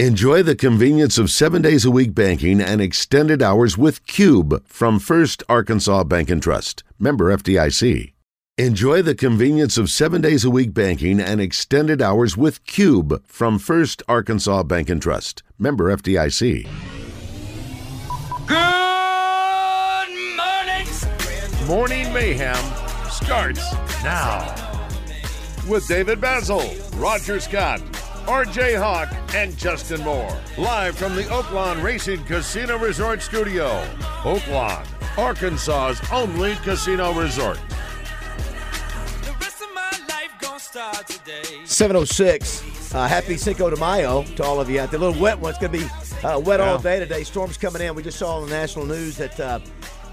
Enjoy the convenience of seven days a week banking and extended hours with Cube from First Arkansas Bank and Trust, member FDIC. Enjoy the convenience of seven days a week banking and extended hours with Cube from First Arkansas Bank and Trust, member FDIC. Good morning. Morning Mayhem starts now with David Basil, Roger Scott, RJ Hawk, and Justin Moore. Live from the Oaklawn Racing Casino Resort Studio, Oaklawn, Arkansas's only casino resort. The rest of my life gonna start today. 706. Uh, happy Cinco de Mayo to all of you out there. A little wet one. It's going to be uh, wet all day today. Storms coming in. We just saw on the national news that uh,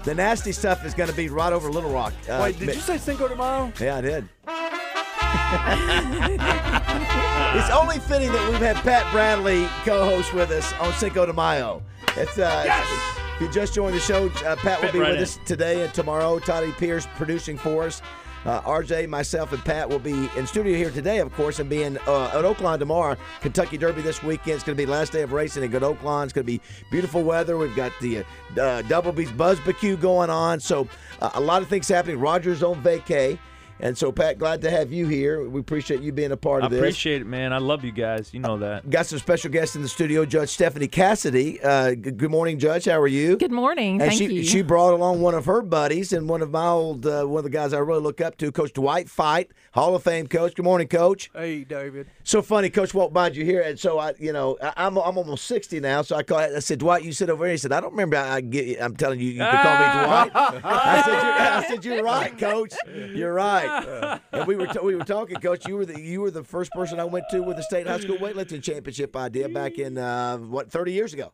the nasty stuff is going to be right over Little Rock. Uh, Wait, did you say Cinco de Mayo? Yeah, I did. it's only fitting that we've had Pat Bradley co-host with us on Cinco de Mayo. It's, uh, If you just joined the show, uh, Pat will be right with in. us today and tomorrow. Toddy Pierce producing for us. Uh, RJ, myself, and Pat will be in studio here today, of course, and be in uh, at Oakland tomorrow. Kentucky Derby this weekend. It's going to be the last day of racing in good Oakland. It's going to be beautiful weather. We've got the uh, uh, Double B's Buzzbecue going on. So uh, a lot of things happening. Rogers on vacay. And so, Pat, glad to have you here. We appreciate you being a part I of this. appreciate it, man. I love you guys. You know that. Got some special guests in the studio, Judge Stephanie Cassidy. Uh, g- good morning, Judge. How are you? Good morning. and Thank she, you. she brought along one of her buddies and one of my old uh, one of the guys I really look up to, Coach Dwight Fight, Hall of Fame coach. Good morning, Coach. Hey, David. So funny, Coach walked by you here, and so I, you know, I, I'm I'm almost sixty now. So I called. I said, Dwight, you sit over here. He said, I don't remember. I, I get, I'm telling you, you could call me Dwight. I said, you're, I said, you're right, Coach. You're right. And we were t- we were talking, Coach. You were the you were the first person I went to with the state high school weightlifting championship idea back in uh, what 30 years ago.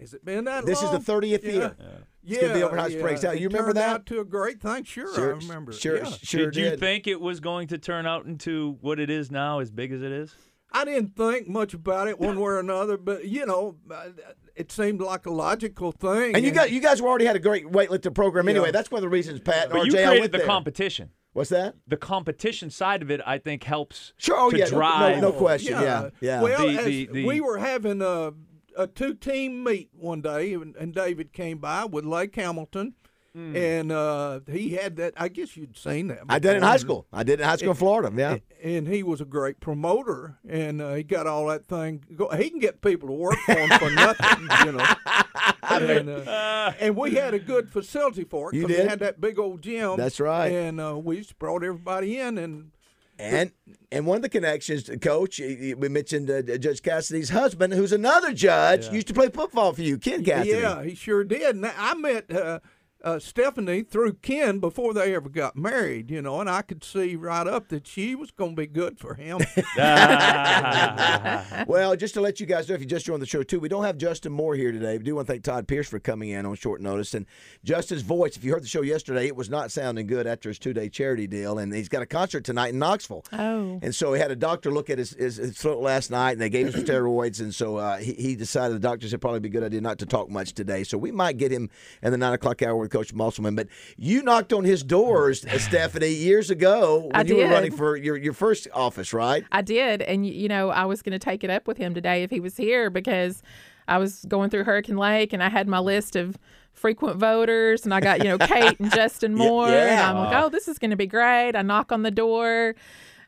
Has it been that This is long? the 30th year. Yeah, gonna be over in Hot Springs. How, It you remember turned that? out to a great thing. Sure, I remember. it. Sure, Yeah. sure did you think it was going to turn out into what it is now, as big as it Oh, is? I didn't think much about it one way or another, but you know, uh, it seemed like a logical thing. and you got you guys were already had a great weightlifting program anyway. Yeah. That's one of the reasons Pat and But RJ you I created went the there. competition. What's that? The competition side of it, I think, helps Sure. Oh to yeah. no- drive. No, no question. Yeah. Yeah. Well, The- as the- the- we were having a, a two-team meet one day, and, and David came by with Lake Hamilton, Hmm. and uh, he had that. I guess you'd seen that. I did it in high before. school. I did it in high school in Florida. Yeah. and he was a great promoter, and uh, he got all that thing. Go- he can get people to work for him for nothing, you know. And, uh, and we had a good facility for it. You 'cause did? We had that big old gym. That's right. And uh, we just brought everybody in, and And and one of the connections, Coach, y- y- we mentioned uh, Judge Cassidy's husband, who's another judge, used to play football for you, Ken Cassidy. yeah, he sure did. And I met uh, uh, Stephanie through Ken before they ever got married, you know, and I could see right up that she was going to be good for him. Well, just to let you guys know, if you just joined the show too, we don't have Justin Moore here today. We do want to thank Todd Pierce for coming in on short notice. And Justin's voice, if you heard the show yesterday, it was not sounding good after his two day charity deal. And he's got a concert tonight in Knoxville. Oh. And so he had a doctor look at his, his, his throat last night and they gave him steroids. And so uh, he, he decided the doctor said probably be a good idea not to talk much today. So we might get him in the nine o'clock hour with Coach Musselman. But you knocked on his doors, uh, Stephanie, years ago when I you were did. running for your, your first office, right? I did. And, y- you know, I was going to take it up with him today if he was here because I was going through Hurricane Lake and I had my list of frequent voters and I got, you know, Kate and Justin Moore. And yeah. I'm like, oh, this is going to be great. I knock on the door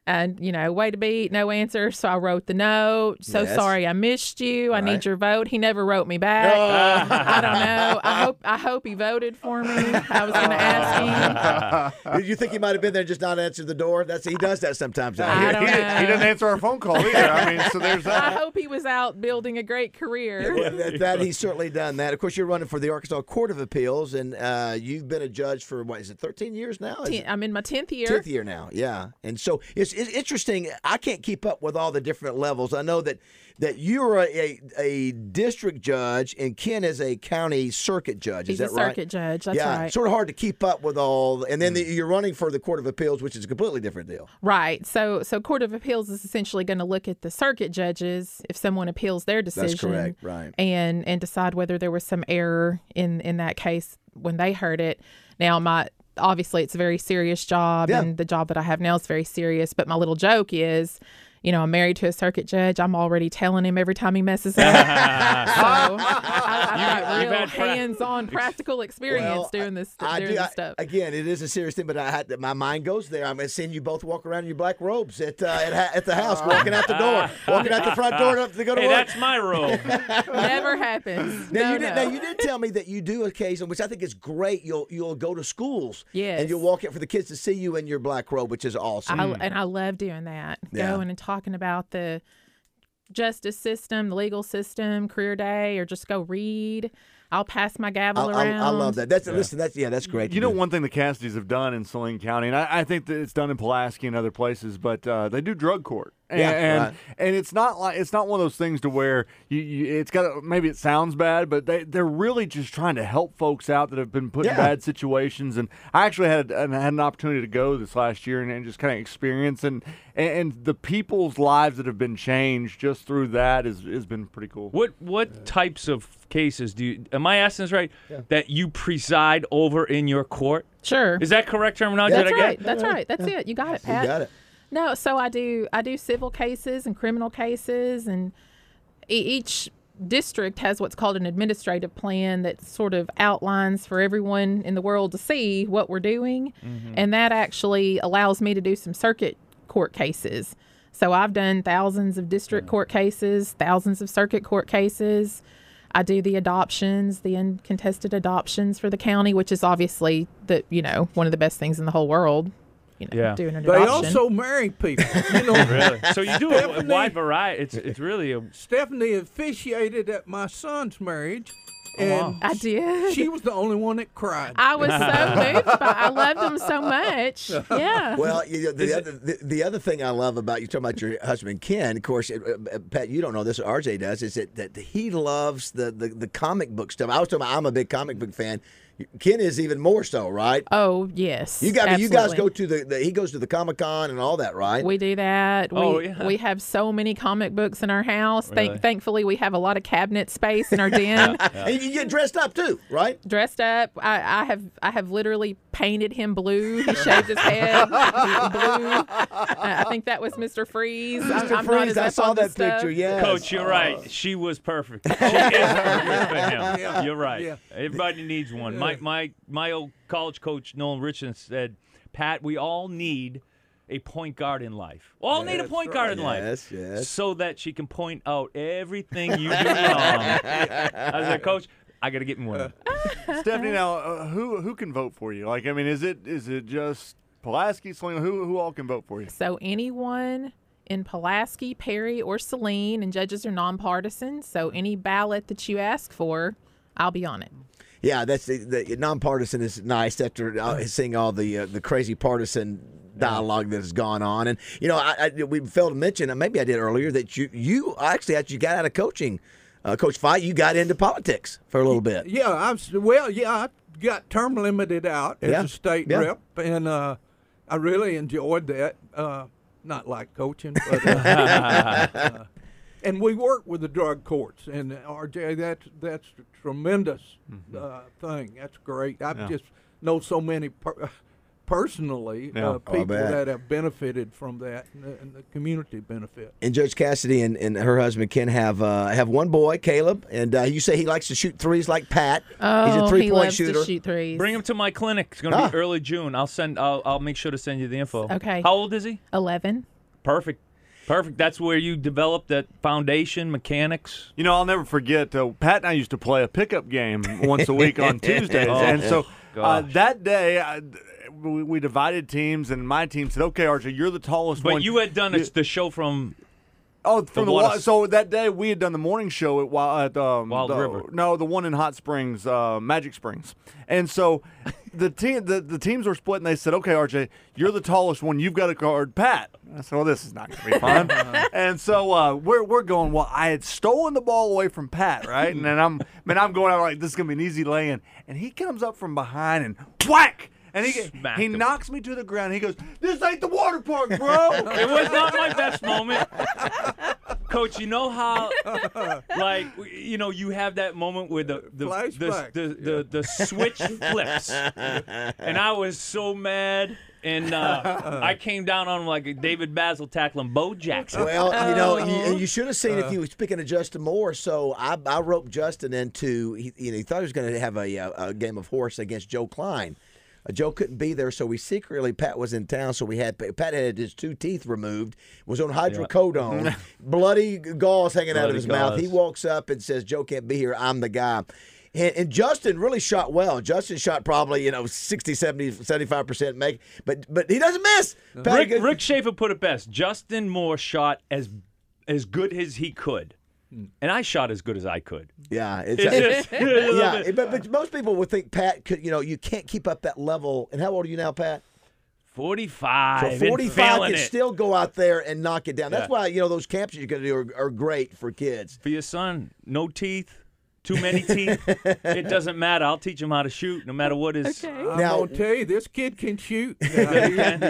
and, you know, way to beat, no answer. So I wrote the note. So Yes. sorry I missed you. I Right. need your vote. He never wrote me back. I don't know. I hope I hope he voted for me. I was going to ask him. Did you think he might have been there and just not answered the door? That's he does that sometimes. out I here. don't he, know. didn't- he doesn't answer our phone call either. I mean, so there's I that. hope he was out building a great career. Well, that, that he's certainly done that. Of course, you're running for the Arkansas Court of Appeals, and uh, you've been a judge for what is it, 13 years now? Is Ten, it I'm in my tenth year. 10th year now, yeah. And so it's, it's interesting. I can't keep up with all the different levels. I know that that you're a, a, a district judge, and Ken is a county circuit judge. He's is a that right? circuit judge. That's yeah, right. sort of hard to keep up with all, and then the, you're running for the Court of Appeals, which is a completely different deal. Right. So, so court of appeals is essentially going to look at the circuit judges if someone appeals their decision. correct, right. And and decide whether there was some error in in that case when they heard it. Now, my obviously it's a very serious job, Yeah. and the job that I have now is very serious. But my little joke is. you know, I'm married to a circuit judge. I'm already telling him every time he messes up. so I, I've You- got you've real had prac- hands-on practical experience Well, doing this I doing do. this I- stuff. again, it is a serious thing, but I had my mind goes there. I'm seeing you both walk around in your black robes at uh, at, ha- at the house, Oh. walking out the door, walking out the front door to to go to Hey, work. that's my role. Never happens. Now, no, you did, no. now you did tell me that you do occasionally, which I think is great. You'll you'll go to schools, and Yes. you'll walk out for the kids to see you in your black robe, which is awesome. I, and I love doing that. Mm. Yeah. Going and talking about the justice system, the legal system, career day, or just go read. I'll pass my I, gavel I- around. I love that. That's listen. That's yeah. That's great. to You know, do. one thing the Cassidys have done in Saline County, and I, I think that it's done in Pulaski and other places, but uh, they do drug court. And, Yeah, and, right. and it's not like it's not one of those things to where you, you it's got maybe it sounds bad, but they they're really just trying to help folks out that have been put in Yeah. bad situations. And I actually had and I had an opportunity to go this last year and, and just kind of experience and, and and the people's lives that have been changed just through that is has been pretty cool. What what types of cases do you? Am I asking this right? That you preside over in your court? Sure. Is that correct terminology? That's that I right. get? That's right. That's it. You got it, Pat. you got it. No, so I do. I do civil cases and criminal cases, and e- each district has what's called an administrative plan that sort of outlines for everyone in the world to see what we're doing, and that actually allows me to do some circuit court cases. So I've done thousands of district court cases, thousands of circuit court cases. I do the adoptions, the uncontested adoptions for the county, which is obviously the you know one of the best things in the whole world. You know, Yeah. doing an They adoption. also marry people. You know, Really? So you do a, a Stephanie. wide variety. It's it's really a Stephanie officiated at my son's marriage, and wow. I did. she was the only one that cried. I was so moved by. I loved him so much. Yeah. Well, you know, the, other, the, the other thing I love about you talking about your husband Ken, of course, uh, uh, Pat, you don't know this, RJ does, is that, that he loves the, the the comic book stuff. I was talking about I'm a big comic book fan. Ken is even more so, right? oh yes. You got you guys absolutely. go to the, the he goes to the Comic Con and all that, right? We do that. We, Oh, yeah. we have so many comic books in our house. Really? Thank, thankfully, we have a lot of cabinet space in our den. And you get dressed up too, right? Dressed up, I, I have I have literally painted him blue. He shaved his head blue. Uh, I think that was Mr. Freeze. I'm- Mr. I'm not Freeze, as I up saw on the that stuff. picture. Yes. coach. You're right. She was perfect. She is perfect for him. You're right. Yeah. Everybody needs one. My my my old college coach Nolan Richardson said, "Pat, we all need." A point guard in life. All need a point guard in life. Yes, yes. So that she can point out everything you do wrong. I was like, Coach, I got to get me one. Uh-huh. Stephanie, now uh, who who can vote for you? Like, I mean, is it is it just Pulaski, Saline? Who who all can vote for you? So anyone in Pulaski, Perry, or Saline, and judges are nonpartisan, so any ballot that you ask for, I'll be on it. Yeah, that's the, the nonpartisan is nice after uh, seeing all the uh, the crazy partisan dialogue that has gone on, and you know, I, I we failed to mention, and maybe I did earlier, that you you actually actually got out of coaching, uh, Coach Fight, you got into politics for a little bit. Yeah, I was, well, yeah, I got term limited out as Yeah, a state yeah. rep, and uh, I really enjoyed that. Uh, not like coaching, but. Uh, uh, and we work with the drug courts, and uh, RJ, that's that's a tremendous uh, thing. That's great. I just know so many per- uh, personally Yeah. uh, people bet. that have benefited from that, and the, and the community benefit. And Judge Cassidy and, and her husband Ken have uh, have one boy, Caleb, and uh, you say he likes to shoot threes like Pat. He's a Oh, three he point loves shooter. to shoot threes. Bring him to my clinic. It's gonna Ah. be early June. I'll send. I'll, I'll make sure to send you the info. Okay. How old is he? Eleven. Perfect. Perfect. That's where you develop that foundation mechanics. You know, I'll never forget. Uh, Pat and I used to play a pickup game once a week on Tuesdays, and so uh, gosh. that day I, we, we divided teams, and my team said, "Okay, Archer, you're the tallest But one." you had done it's the show from oh from the the, wa- water- so that day we had done the morning show at, Wi- at um, Wild the- River. No, the one in Hot Springs, uh, Magic Springs, and so. The team, the, the teams were split, and they said, "Okay, RJ, you're the tallest one. You've got to guard Pat." I said, "Well, this is not going to be fun." Uh-huh. and so uh, we're we're going. Well, I had stolen the ball away from Pat, right? And then I'm, man, I'm going out like this is going to be an easy lay-in, and he comes up from behind and whack, and he Smacked he him. knocks me to the ground. He goes, "This ain't the water park, bro." It was not my best moment. coach, you know how, like, w- you know, you have that moment where the the the Flashback. the, the, the switch flips, and I was so mad, and uh, I came down on him like a David Basil tackling Bo Jackson. Well, you know, Oh. you, you should have seen Uh. if you were speaking of Justin Moore. So I, I roped Justin into he, you know, he thought he was going to have a, uh, a game of horse against Joe Klein. Uh, Joe couldn't be there, so we secretly Pat was in town. So we had Pat had his two teeth removed, was on hydrocodone, bloody gauze hanging out Bloody of his mouth. He gauze. walks up and says, "Joe can't be here. I'm the guy." And, and Justin really shot well. Justin shot probably, you know, 60, 70, 75% make, but but he doesn't miss. Pat Rick, goes- Rick Schaefer put it best. Justin Moore shot as as good as he could, and I shot as good as I could. Yeah, it's, It's it's- just- I love yeah, it. but, but most people would think Pat could. You know, you can't keep up that level. And how old are you now, Pat? So 45. and 45 failing can it. still go out there and knock it down. That's Yeah. why you know those camps you're going to do are, are great for kids. For your son, no teeth, too many teeth. it doesn't matter. I'll teach him how to shoot no matter what his. Okay. I'm Now- gonna tell you, this kid can shoot. yes,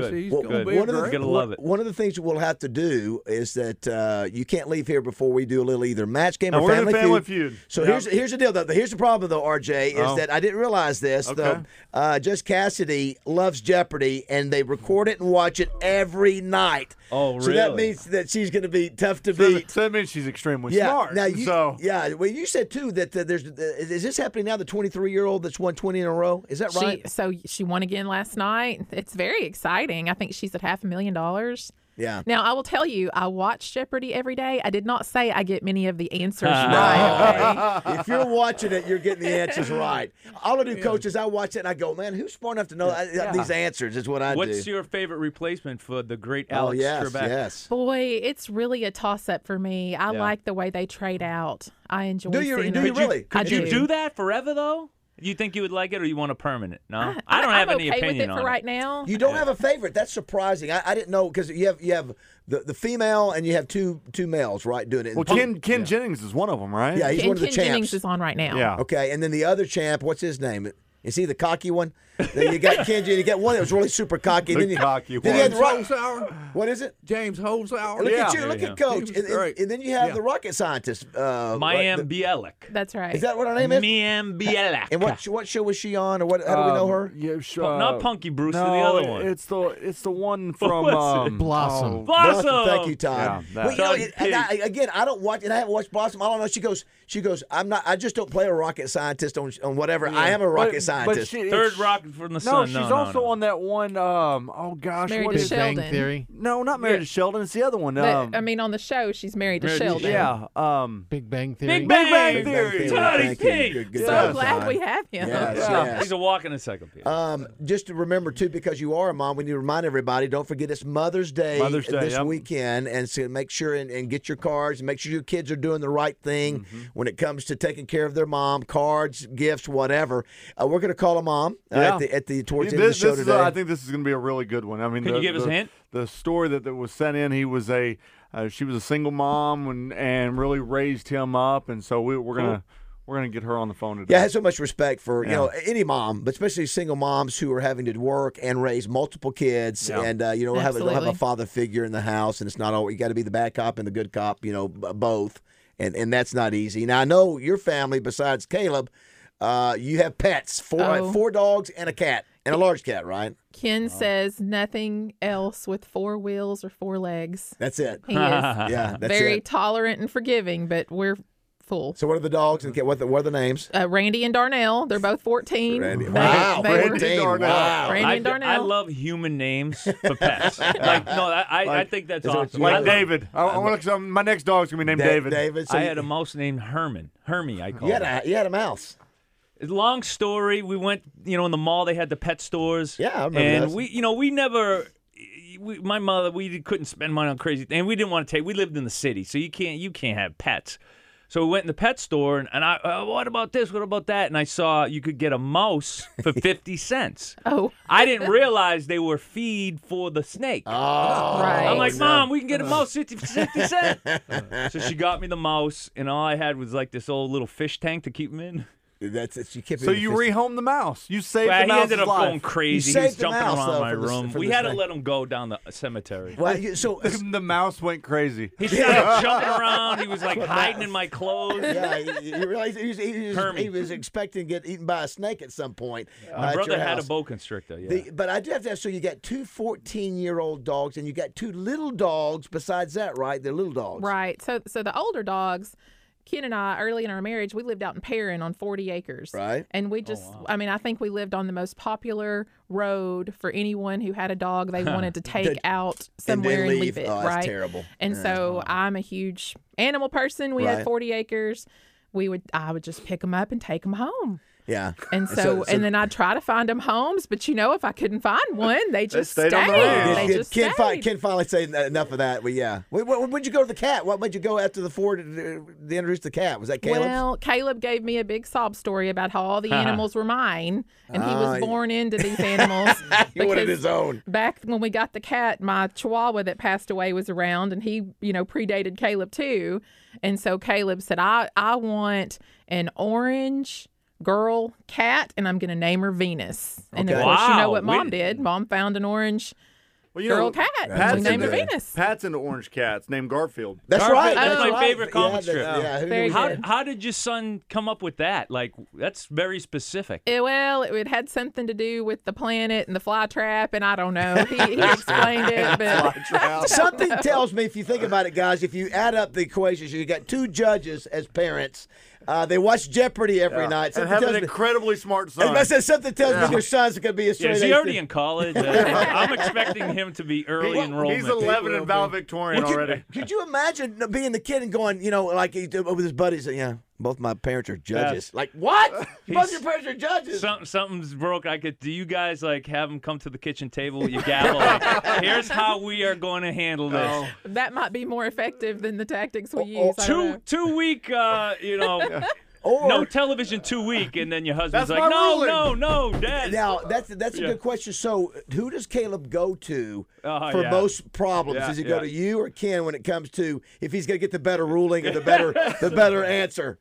Good. he's Well, gonna good. be One of, great. the, You're gonna love it. one of the things that we'll have to do is that uh, you can't leave here before we do a little either match game And or we're family, gonna Family Feud. So Yep. here's here's the deal though. Here's the problem though, RJ, is Oh. that I didn't realize this Okay. though. Uh, just Cassidy loves Jeopardy, and they record it and watch it every night. Oh, So that really? means that she's going to be tough to So beat. that, so that means she's extremely yeah. smart. Now you, so yeah. Well, you said too that uh, there's uh, is is this happening now? The 23 year old that's won 20 in a row. Is that right? She, so she won again last night. It's very exciting. I think she's at half a million dollars. yeah. Now, I will tell you, I watch Jeopardy every day. I did not say I get many of the answers right. Right. if you're watching it, you're getting the answers right. All I do, coach, is I watch it and I go, man, who's smart enough to know uh, these answers? Is what I do. What's your favorite replacement for the great oh Alex yes, Trebek? yes. Boy, it's really a toss up for me. I like the way they trade out. I enjoy Do you- seeing do them. you really? I Could you do. do that forever though? You think you would like it, or you want a permanent? No, I, don't I'm have any okay opinion with it on for right now. You don't have a favorite. That's surprising. I, I didn't know because you have you have the, the female and you have two two males right doing it. well, Ken Ken Jennings is one of them, right? yeah, he's Ken, one of the Ken champs. Jennings is on right now. Yeah. Okay, and then the other champ, what's his name? Is he the cocky one? Then you got Ken Jennings. You got one that was really super cocky. The then you, cocky then you had the James rock, Holzhauer. What is it? James Holzhauer. Look Yeah. at you. Look Yeah. at Coach. He was And, and- great. and then you have Yeah. the rocket scientist. Uh, Miam the- Bialik. That's right. Is that what her name is? Miam Bialik. And what uh, what show was she on, or what? How do we Um, know her? Yeah, sure. Not Punky Brewster, no, the other one. It's the it's the one from was it? um, Blossom. oh, Blossom. Blossom, Thank you, Todd. Yeah, that. well, you know, Todd it- and I, again, I don't watch, and I haven't watched Blossom. All I know, she goes, she goes. I'm not. I just don't play a rocket scientist on on whatever. I am a But- rocket but scientist. she- Third it's- rocket from the No, sun. she's no, no, also no. on that one. Um, oh gosh, Married what to is Sheldon. Bang Theory, no, not Married to Sheldon. It's the other one. But, Um, I mean, on the show, she's married to Married to Sheldon. yeah. Um, Big Bang Theory. Big Bang, Bang Big Bang Theory. Theory. Toddy's Thank you. King. Good- good So job, glad Todd. we have him. Yes, Yeah. yes. He's a walking encyclopedia. Um, just to remember too, because you are a mom, we need to remind everybody. Don't forget it's Mother's Day, Mother's Day, this yep. weekend, and so make sure and, and get your cards. and Make sure your kids are doing the right thing Mm-hmm. when it comes to taking care of their mom. Cards, gifts, whatever. Uh, we're gonna call a mom uh, Yeah. at the at the towards the end of this, the show this is, today. uh, I think this is going to be a really good one. I mean, Can the, you give us a the- hint? The story that, that was sent in, he was a, uh, she was a single mom and and really raised him up, and so we, we're gonna we're gonna get her on the phone today. Yeah, I have so much respect for you know any mom, but especially single moms who are having to work and raise multiple kids, and uh, you know have, they'll have a Absolutely. father figure in the house, and it's not all you got to be the bad cop and the good cop, you know, b- both, and and that's not easy. Now I know your family, besides Caleb, uh, you have pets four Oh. four dogs and a cat and a large cat, right? Ken says nothing else with four wheels or four legs. That's it. He is Yeah, that's very it. tolerant and forgiving, but we're full. So what are the dogs and the cat? What, the, what are the names? Uh, Randy and Darnell, they're both 14. Randy. They- Wow, they were- Randy Darnell. Wow. Randy I, and d- I Darnell. love human names for pets. like, no, I, I, I Like- think that's is it awesome. I, like love- David. I, I wanna, 'cause I'm- my next dog's gonna be named Da- David. David. So I you- had a mouse named Herman. Hermie, I call you had it. a you had a mouse. Long story. We went, you know, in the mall. They had the pet stores. Yeah, I remember And those. we, you know, we never. We, my mother, we couldn't spend money on crazy things. We didn't want to take. We lived in the city, so you can't, you can't have pets. So we went in the pet store, and, and I, uh, what about this? What about that? And I saw you could get a mouse for fifty cents. Oh, I didn't realize they were feed for the snake. Oh, right. I'm like, Mom, we can get a mouse 50, 50 cent. so she got me the mouse, and all I had was like this old little fish tank to keep him in. That's it. You can't. So you rehome the mouse. You saved Well, the he mouse's ended up life. going crazy. He saved was the jumping mouse, around though, my for this- room. for we this had to thing. let him go down the cemetery. Well, Uh, you- so the mouse went crazy. He started jumping around. He was like hiding in my clothes. yeah, you you realize he was, he, was, Hermy. he was expecting to get eaten by a snake at some point. uh, My at brother your had a house. boa constrictor. Yeah. The, but I do have to ask. So you got two 14 year old dogs, and you got two little dogs. Besides that, right? They're little dogs. Right. So so the older dogs, Ken and I, early in our marriage, we lived out in Perrin on 40 acres. Right. And we just, I mean, I think we lived on the most popular road for anyone who had a dog they wanted to take That- out somewhere and, leave. it. Oh, that's right. terrible. And so I'm a huge animal person. We Right. had 40 acres. We would, I would just pick them up and take them home. Yeah. And so, so- and then I'd try to find them homes, but you know, if I couldn't find one, they just stayed on the road. They Did- just Ken, fi- stayed. Ken finally said "En- enough of that. Well, yeah. Wait, wh- when'd you go to the cat? What made you go after the four to, to to introduce the cat? Was that Caleb's? Well, Caleb gave me a big sob story about how all the animals were mine, and he Ah, was yeah. born into these animals. he wanted because his own. Back when we got the cat, my Chihuahua that passed away was around, and he, you know, predated Caleb too. And so Caleb said, "I, I want an orange." Girl cat, and I'm gonna name her Venus. And Okay. of course, you know Wow, what mom we- did. Mom found an orange Well, you girl know, cat. Pat's and we named her into- Venus. Pat's into orange cats named Garfield. That's right. Garfield. That's that's my right. favorite comic yeah, strip. Yeah. yeah. Who Very knew How, that? how did your son come up with that? Like, that's very specific. Eh, well, it, it had something to do with the planet and the fly trap, and I don't know. He, he explained it, but Something tells me, if you think about it, guys, if you add up the equations, you got two judges as parents. Uh, they watch Jeopardy every night. and Something have an tells me, incredibly smart son. I said something tells me their sons are going to be a Yeah, straight is he A already in student. college? Uh, I'm expecting him to be early He- enrollment. He's 11 and valedictorian already. Could you imagine being the kid and going, you know, like he did with his buddies? Yeah, both my parents are judges. Like what? both your parents are judges. Something, something's broke. I could. Do you guys like have him come to the kitchen table with your gavel? Like, Here's how we are going to handle this. that might be more effective than the tactics we oh, use. Oh. I don't know. Two two week. Uh, you know, or no television two week, and then your husband's That's my like, no, ruling." no, no, dad. Now that's that's a Yeah. good question. So who does Caleb go to Uh, for yeah. most problems? Yeah, does he go yeah. to you or Ken when it comes to if he's going to get the better ruling or the better the better answer?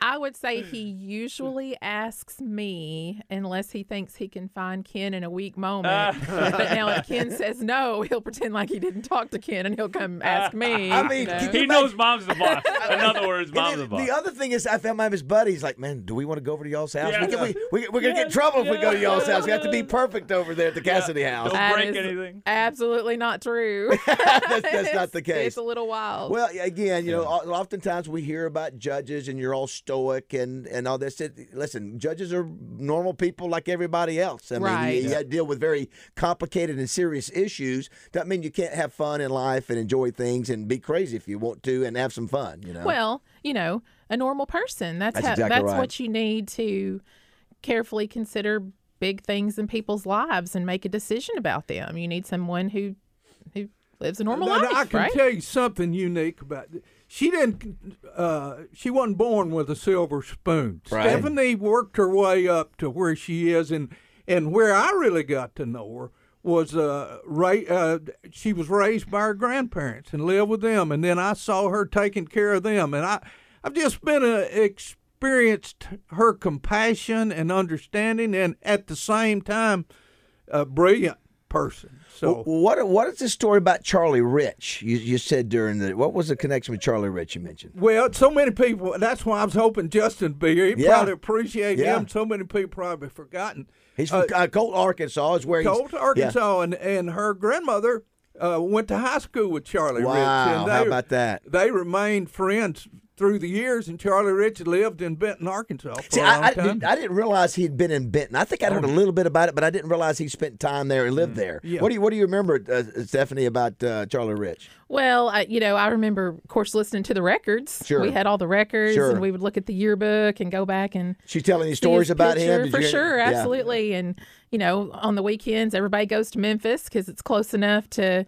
I would say Hmm. he usually asks me unless he thinks he can find Ken in a weak moment. Ah. but now if Ken says no, he'll pretend like he didn't talk to Ken and he'll come ask me. I mean, you know. can you Ah. He knows mom's the boss. In other words, And mom's then the boss. the other thing is, I found my his buddies like, man, do we want to go over to y'all's house? We Yeah. can, we, we, we're gonna get in trouble if we go to y'all's house. We have to be perfect over there at the Cassidy house. Don't That break is anything. Absolutely not true. that's, that's not the case. It's a little wild. Well, again, you know, o- oftentimes we hear about judges and you're all stoic and, and all this. It- listen, judges are normal people like everybody else. I mean, Right. you, you deal with very complicated and serious issues. That mean you can't have fun in life and enjoy things and be crazy if you want to and have some fun, you know? Well, you know, a normal person. That's That's how, exactly that's right. what you need to carefully consider big things in people's lives and make a decision about them. You need someone who who lives a normal Now, life, I can right? tell you something unique about th- she didn't. Uh, she wasn't born with a silver spoon. Right. Stephanie worked her way up to where she is, and and where I really got to know her was uh, ra- uh she was raised by her grandparents and lived with them, and then I saw her taking care of them, and I I've just been uh experienced her compassion and understanding, and at the same time, a brilliant person. So. W- What what is the story about Charlie Rich? You, you said during the what was the connection with Charlie Rich you mentioned? Well, so many people. That's why I was hoping Justin would be here. He Yeah. probably appreciate Yeah. him. So many people probably forgotten. He's from uh, Colt, Arkansas. Is where Colt, he's, yeah. Arkansas, and, and her grandmother uh, went to high school with Charlie Rich. Wow, and how about that? They remained friends through the years, and Charlie Rich lived in Benton, Arkansas for See, a long I, I, time. Oh. didn't, I didn't realize he'd been in Benton. I think I'd heard a little bit about it, but I didn't realize he spent time there and lived there. Mm. Yeah. What do you What do you remember, uh, Stephanie, about uh, Charlie Rich? Well, I, you know, I remember, of course, listening to the records. Sure. We had all the records, Sure. and we would look at the yearbook and go back and She's telling you see his stories about him. picture, Did for you- sure, yeah. absolutely. And you know, on the weekends, everybody goes to Memphis because it's close enough to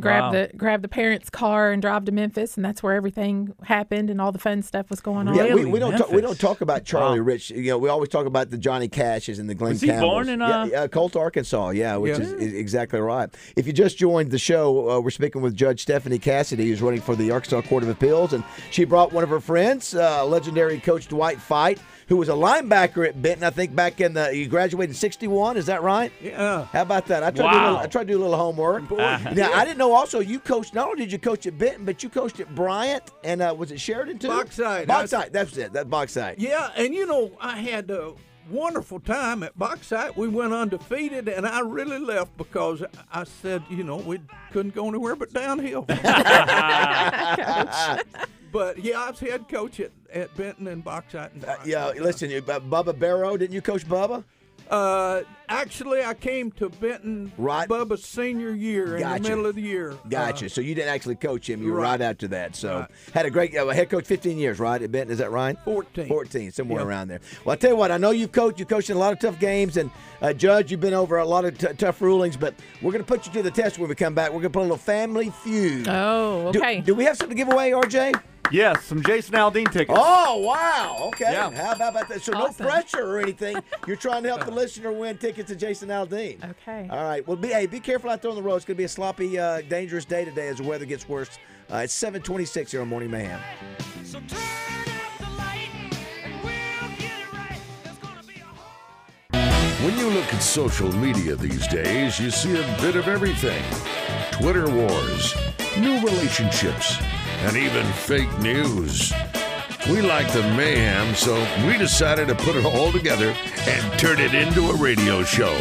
grab Wow. the grab the parents' car and drive to Memphis, and that's where everything happened and all the fun stuff was going on. Yeah, we, Really? we don't talk, we Memphis. don't talk about Charlie Rich. You know, we always talk about the Johnny Cashes and the Glenn. Was he Campbells. born in, uh, yeah, uh, Colt, Arkansas? Yeah, which Yeah. Is, is exactly right. If you just joined the show, uh, we're speaking with Judge Stephanie Cassidy, who's running for the Arkansas Court of Appeals, and she brought one of her friends, uh, legendary coach Dwight Fight, who was a linebacker at Benton, I think back in the, you graduated in 61, is that right? Yeah. How about that? I tried, to, do a little, Wow. Uh-huh. I tried to do a little homework. now, I didn't know also you coached, not only did you coach at Benton, but you coached at Bryant and uh, was it Sheridan too? Boxite. Boxite, that's it, that Boxite. Yeah, and you know, I had a wonderful time at Boxite. We went undefeated, and I really left because I said, you know, we couldn't go anywhere but downhill. but yeah, I was head coach at, at Benton and Boxite. And Uh, yeah, listen, you, uh, Bubba Barrow, didn't you coach Bubba? Uh, actually, I came to Benton Right. Bubba's senior year Gotcha. in the middle of the year. Uh, Gotcha. so you didn't actually coach him. You were right, Uh-huh. right. after that. So Right. had a great uh, head coach, 15 years, right? At Benton, is that right? 14. 14, somewhere Yeah. around there. Well, I tell you what, I know you've coached. You coached in a lot of tough games, and uh, Judge, you've been over a lot of t- tough rulings. But we're going to put you to the test when we come back. We're going to put a little family feud. Oh, Do- okay. Do, we have something to give away, RJ? Yes, some Jason Aldean tickets. Oh, wow. Okay. Yeah. How about that? So Awesome. no pressure or anything. You're trying to help the listener win tickets to Jason Aldean. Okay. All right. Well, be hey, be careful out there on the road. It's going to be a sloppy, uh, dangerous day today as the weather gets worse. Uh, it's 7:26 here on Morning Mayhem. So turn up the light and we'll get it right. There's gonna be a whole When you look at social media these days, you see a bit of everything Twitter wars, new relationships, and even fake news. We like the mayhem, so we decided to put it all together and turn it into a radio show.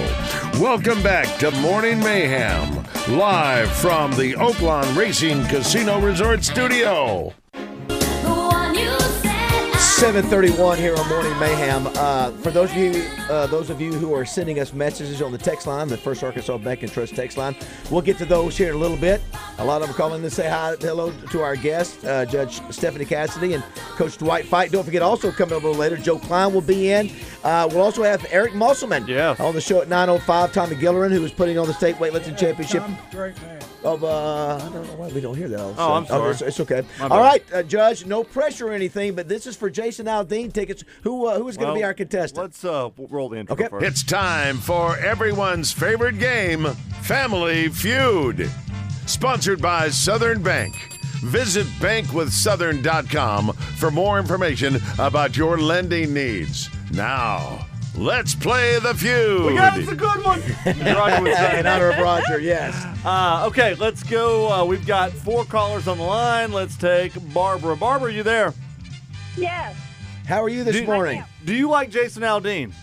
Welcome back to Morning Mayhem, live from the Oaklawn Racing Casino Resort Studio. The one you said I 7:31 here on Morning Mayhem. Uh, for those of you, uh, those of you who are sending us messages on the text line, the First Arkansas Bank and Trust text line, we'll get to those here in a little bit. A lot of them calling to say hi, hello to our guest, uh, Judge Stephanie Cassidy and Coach Dwight Fight. Don't forget, also coming over later, Joe Klein will be in. Uh, we'll also have Eric Musselman Yes. on the show at 9:05. Tommy Gilleran, who is putting on the state weightlifting championship great man. of uh, I don't know why we don't hear that. All of a Oh, I'm sudden. sorry. it's, it's okay. My All bad. right, uh, Judge, no pressure or anything, but this is for Jason Aldean tickets. Who uh, who is going to Well, be our contestant? Let's uh, w- roll the intro Okay. first. It's time for everyone's favorite game, Family Feud. Sponsored by Southern Bank. Visit bankwithsouthern.com for more information about your lending needs. Now, let's play the feud. Yeah, it's a good one. Roger would say. In honor of Roger, yes. Uh, okay, let's go. Uh, we've got four callers on the line. Let's take Barbara. Barbara, are you there? Yes, How are you this Do- morning? Do you like Jason Aldean?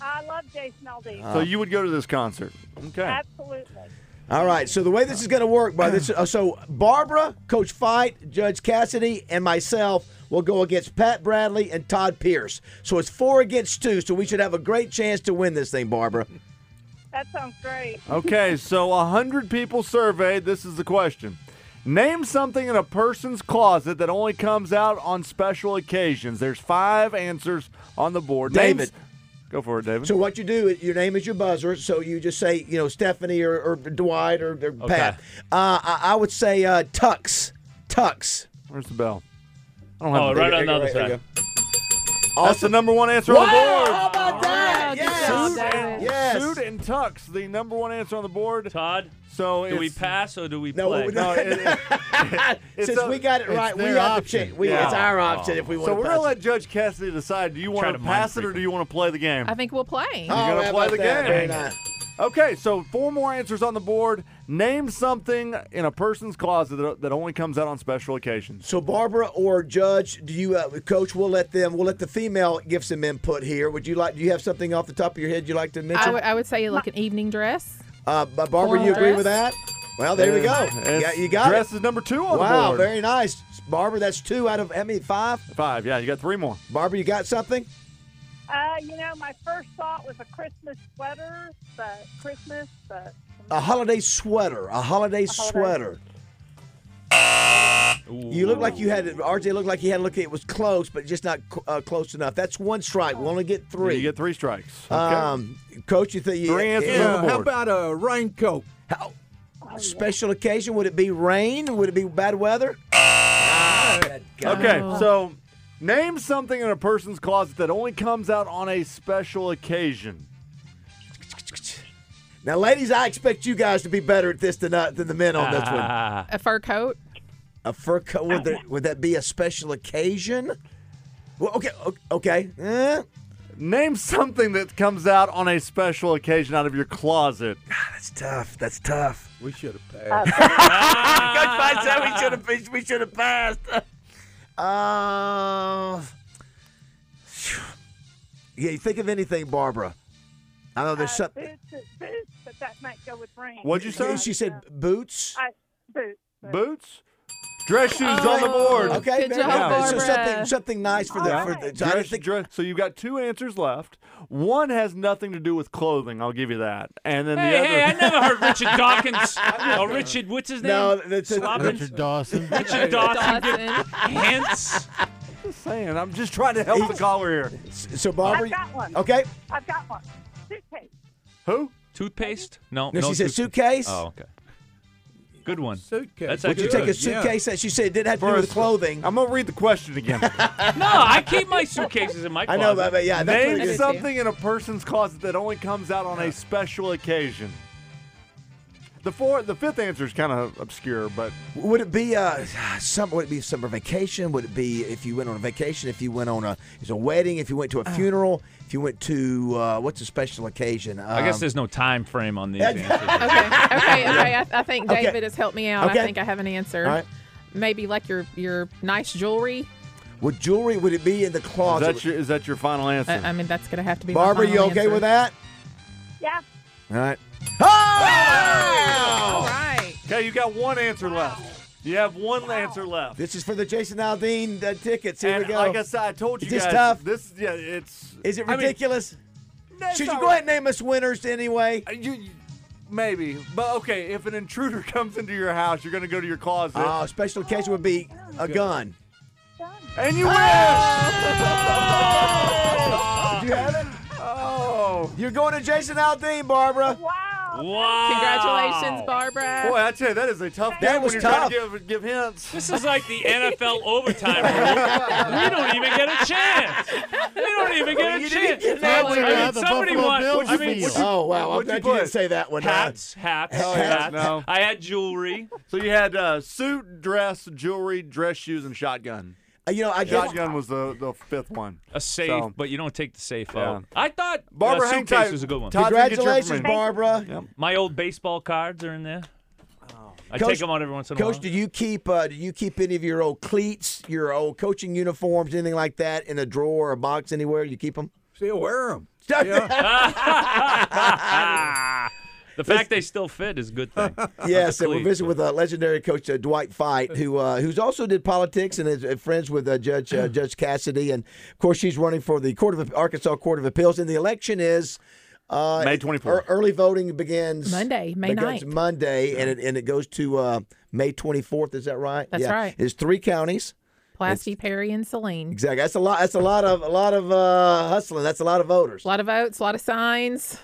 I love Jason Aldean. Uh-huh. so you would go to this concert. Okay. Absolutely. All right. So the way this is going to work, by this, uh, so Barbara, Coach Fight, Judge Cassidy, and myself will go against Pat Bradley and Todd Pierce. So it's four against two. So we should have a great chance to win this thing, Barbara. That sounds great. Okay, so 100 people surveyed. This is the question. Name something in a person's closet that only comes out on special occasions. There's five answers on the board. Name David. s- Go for it, David. So what you do is your name is your buzzer. So you just say, you know, Stephanie or, or Dwight or, or Pat. Uh, I, I would say uh, Tux. Tux. Where's the bell? I don't have Oh, the right bell. on the other Right, there you side. go. That's the number one answer on the board. How about that? Wow, good job, Yes. David. Yes. Suit and tux, the number one answer on the board. Todd, So do we it's- pass or do we No, play? we- no. it- it- it's Since a- we got it it's right, we their have the option. chance. We, Yeah. It's our option if we want So to we're pass gonna let Judge Cassidy decide. Do you want to to mind pass it or freak do you want to play the game? I think we'll play. Oh, gotta how play about the that? game. Very nice. Okay, so four more answers on the board. Name something in a person's closet that, that only comes out on special occasions. So Barbara or Judge, do you, uh, Coach? We'll let them. We'll let the female give some input here. Would you like? Do you have something off the top of your head you'd like to mention? I would- I would say like an evening dress. uh, but Barbara, you Formal agree with that? dress? Well, there we go. It's- Yeah, you got dress it. is number two on Wow, the board. very nice. Barbara, that's two out of, I mean, five. Five, yeah, you got three more. Barbara, you got something? Uh, you know, my first thought was a Christmas sweater, but Christmas, but A Uh, holiday sweater. A holiday sweater. You look like you had it. RJ looked like he had a look. It was close, but just not cl- uh, close enough. That's one strike. We only get three. You get three strikes. Okay. um, Coach, you think you, Three answers yeah. on the how board. about a raincoat? How, special occasion? Would it be rain? Would it be bad weather? Oh, Ah, okay, so name something in a person's closet that only comes out on a special occasion. Now, ladies, I expect you guys to be better at this than uh, than the men on this one. Ah, A fur coat. A fur coat? Would, there, would that be a special occasion? Well, okay, o- okay. Eh, Name something that comes out on a special occasion out of your closet. that's tough. That's tough. We should have passed. uh, Coach Mike said we should have we should have passed. Uh, phew. yeah, you think of anything, Barbara? I know there's uh, something. boots, boots, but that might go with rain. What'd you say? She said boots. I, boots. but- Boots? Dress shoes on the Oh. board. Okay, Good very job, good. So something Barbara. something nice for the for the. so I Dress- didn't think- dress- so you've got two answers left. One has nothing to do with clothing. I'll give you that. And then the Hey, other. hey, I never heard Richard Dawkins. oh, Richard, what's his name? no, that's Slobbins? Richard Dawson. Richard Dawson. Dawson. Hints. saying. I'm just trying to help the caller here. so Barbara. I've got one. Okay. I've got one. Suitcase. Who? Toothpaste? No, No, no she said suitcase. toothpaste. Oh, okay. Good one. Suitcase. That's Would you actually take a good. suitcase? That she said it didn't have to do For with a- clothing. I'm gonna read the question again. No, I keep my suitcases in my I closet. know, but, but yeah, that's what it Name is. did something in a person's closet that only comes out on a special occasion. The four, the fifth answer is kind of obscure, but Would it be uh, some? Would it be summer vacation? Would it be if you went on a vacation? If you went on a, it's a wedding? If you went to a funeral? If you went to uh, what's a special occasion? I guess Um, there's no time frame on these answers. Okay, okay, okay. I, I think Okay. David has helped me out. Okay. I think I have an answer. All right. Maybe like your your nice jewelry. Would jewelry? Would it be in the is closet? that your is that your Uh, final answer? I, I mean, that's gonna have to be. my Barbara, you final okay answer. with that? Yeah. All right. All right. okay, you got one answer left. You have one answer left. This is for the Jason Aldean uh, tickets. Here and we go. like I said, I told you Is this guys, tough? this yeah, it's is it I mean, ridiculous? that's Should you not- go ahead and name us winners anyway? Uh, You, you- maybe, but okay, if an intruder comes into your house, you're gonna go to your closet, Oh, special occasion would be a gun. and you Do you have it? win. Oh. You're going to Jason Aldean, Barbara. Wow. Wow. Congratulations, Oh. Barbara. Boy, I tell you, that is a tough That game was when you're trying to give, give hints. This is like the NFL overtime rule. You don't even get a chance. You don't even get a chance. that one. I mean, The somebody Buffalo won. Bills I mean, beat what'd you- Oh wow, I'm What'd you glad you didn't put? say that one. huh? hats, hats, Hats, hats. no. I had jewelry. So you had uh, suit, dress, jewelry, dress shoes, and shotgun. Uh, You know, I guess Shotgun was the, the fifth one. A safe, So- but you don't take the safe Yeah. out. I thought Barbara, uh, hang suitcase tight. was a good one. Todd's gonna get your congratulations, information. Barbara. My old baseball cards are in there. I Coach- take them out every once in a Coach, while. do you keep uh, do you keep any of your old cleats, your old coaching uniforms, anything like that in a drawer or a box anywhere? You keep them? Still wear them. the fact they still fit is a good thing. yes, and we're cleats, visiting with uh, legendary coach uh, Dwight Fight, who uh, who's also did politics and is uh, friends with uh, Judge uh, Judge Cassidy, and of course she's running for the Court of Arkansas Court of Appeals, and the election is. Uh, May 24th. ear- Early voting begins Monday, May begins 9th. Monday, and it and it goes to uh, May 24th. Is that right? That's yeah. right. It's three counties. Plasti, Perry, and Celine. Exactly. That's a lot. That's a lot of a lot of uh, hustling. That's a lot of voters. A lot of votes, a lot of signs.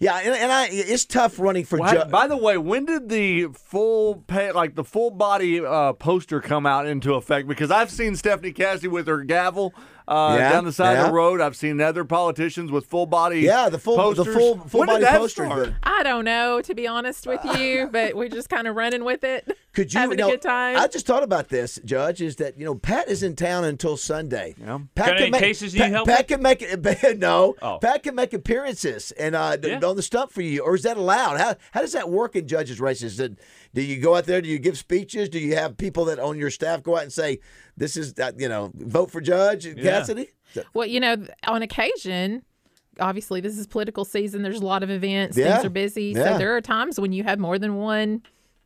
Yeah, and, and I it's tough running for Why- judge. by the way, when did the full pay, like the full body uh, poster come out into effect? Because I've seen Stephanie Cassidy with her gavel uh, Yeah, down the side of yeah. the road. I've seen other politicians with full body. Yeah, the full posters. the full full when body did that poster. Start? I don't know, to be honest with you, but we're just kind of running with it. Could you having no, a good time? I just thought about this, Judge. Is that you know Pat is in town until Sunday. Yeah. Pat Got any cases you Pat, need help Pat with? can make no. Oh. Pat can make appearances and uh, d- Yeah. on the stump for you, or is that allowed? How how does that work in judges' races? Did, do you go out there? Do you give speeches? Do you have people that on your staff go out and say, "This is uh, you know vote for Judge Cassidy"? Well, you know, th- on occasion, obviously this is political season. There's a lot of events. Yeah. Things are busy. Yeah. So there are times when you have more than one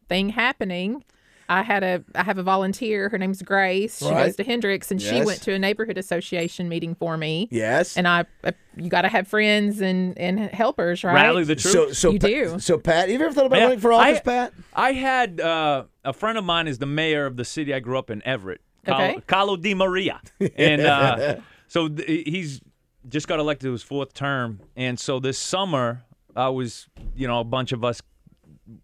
thing happening. I had a I have a volunteer. Her name's Grace. She Right. goes to Hendrix, and she Yes. went to a neighborhood association meeting for me. Yes. And I, I you got to have friends and and helpers, right? Rally the troops. so so You Pat, do. so Pat, you ever thought about Man, running for office, I- Pat? I had uh, a friend of mine is the mayor of the city I grew up in, Everett, Cal- Okay. Calo Di Maria, and uh, so th- he's just got elected to his fourth term, and so this summer I was, you know, a bunch of us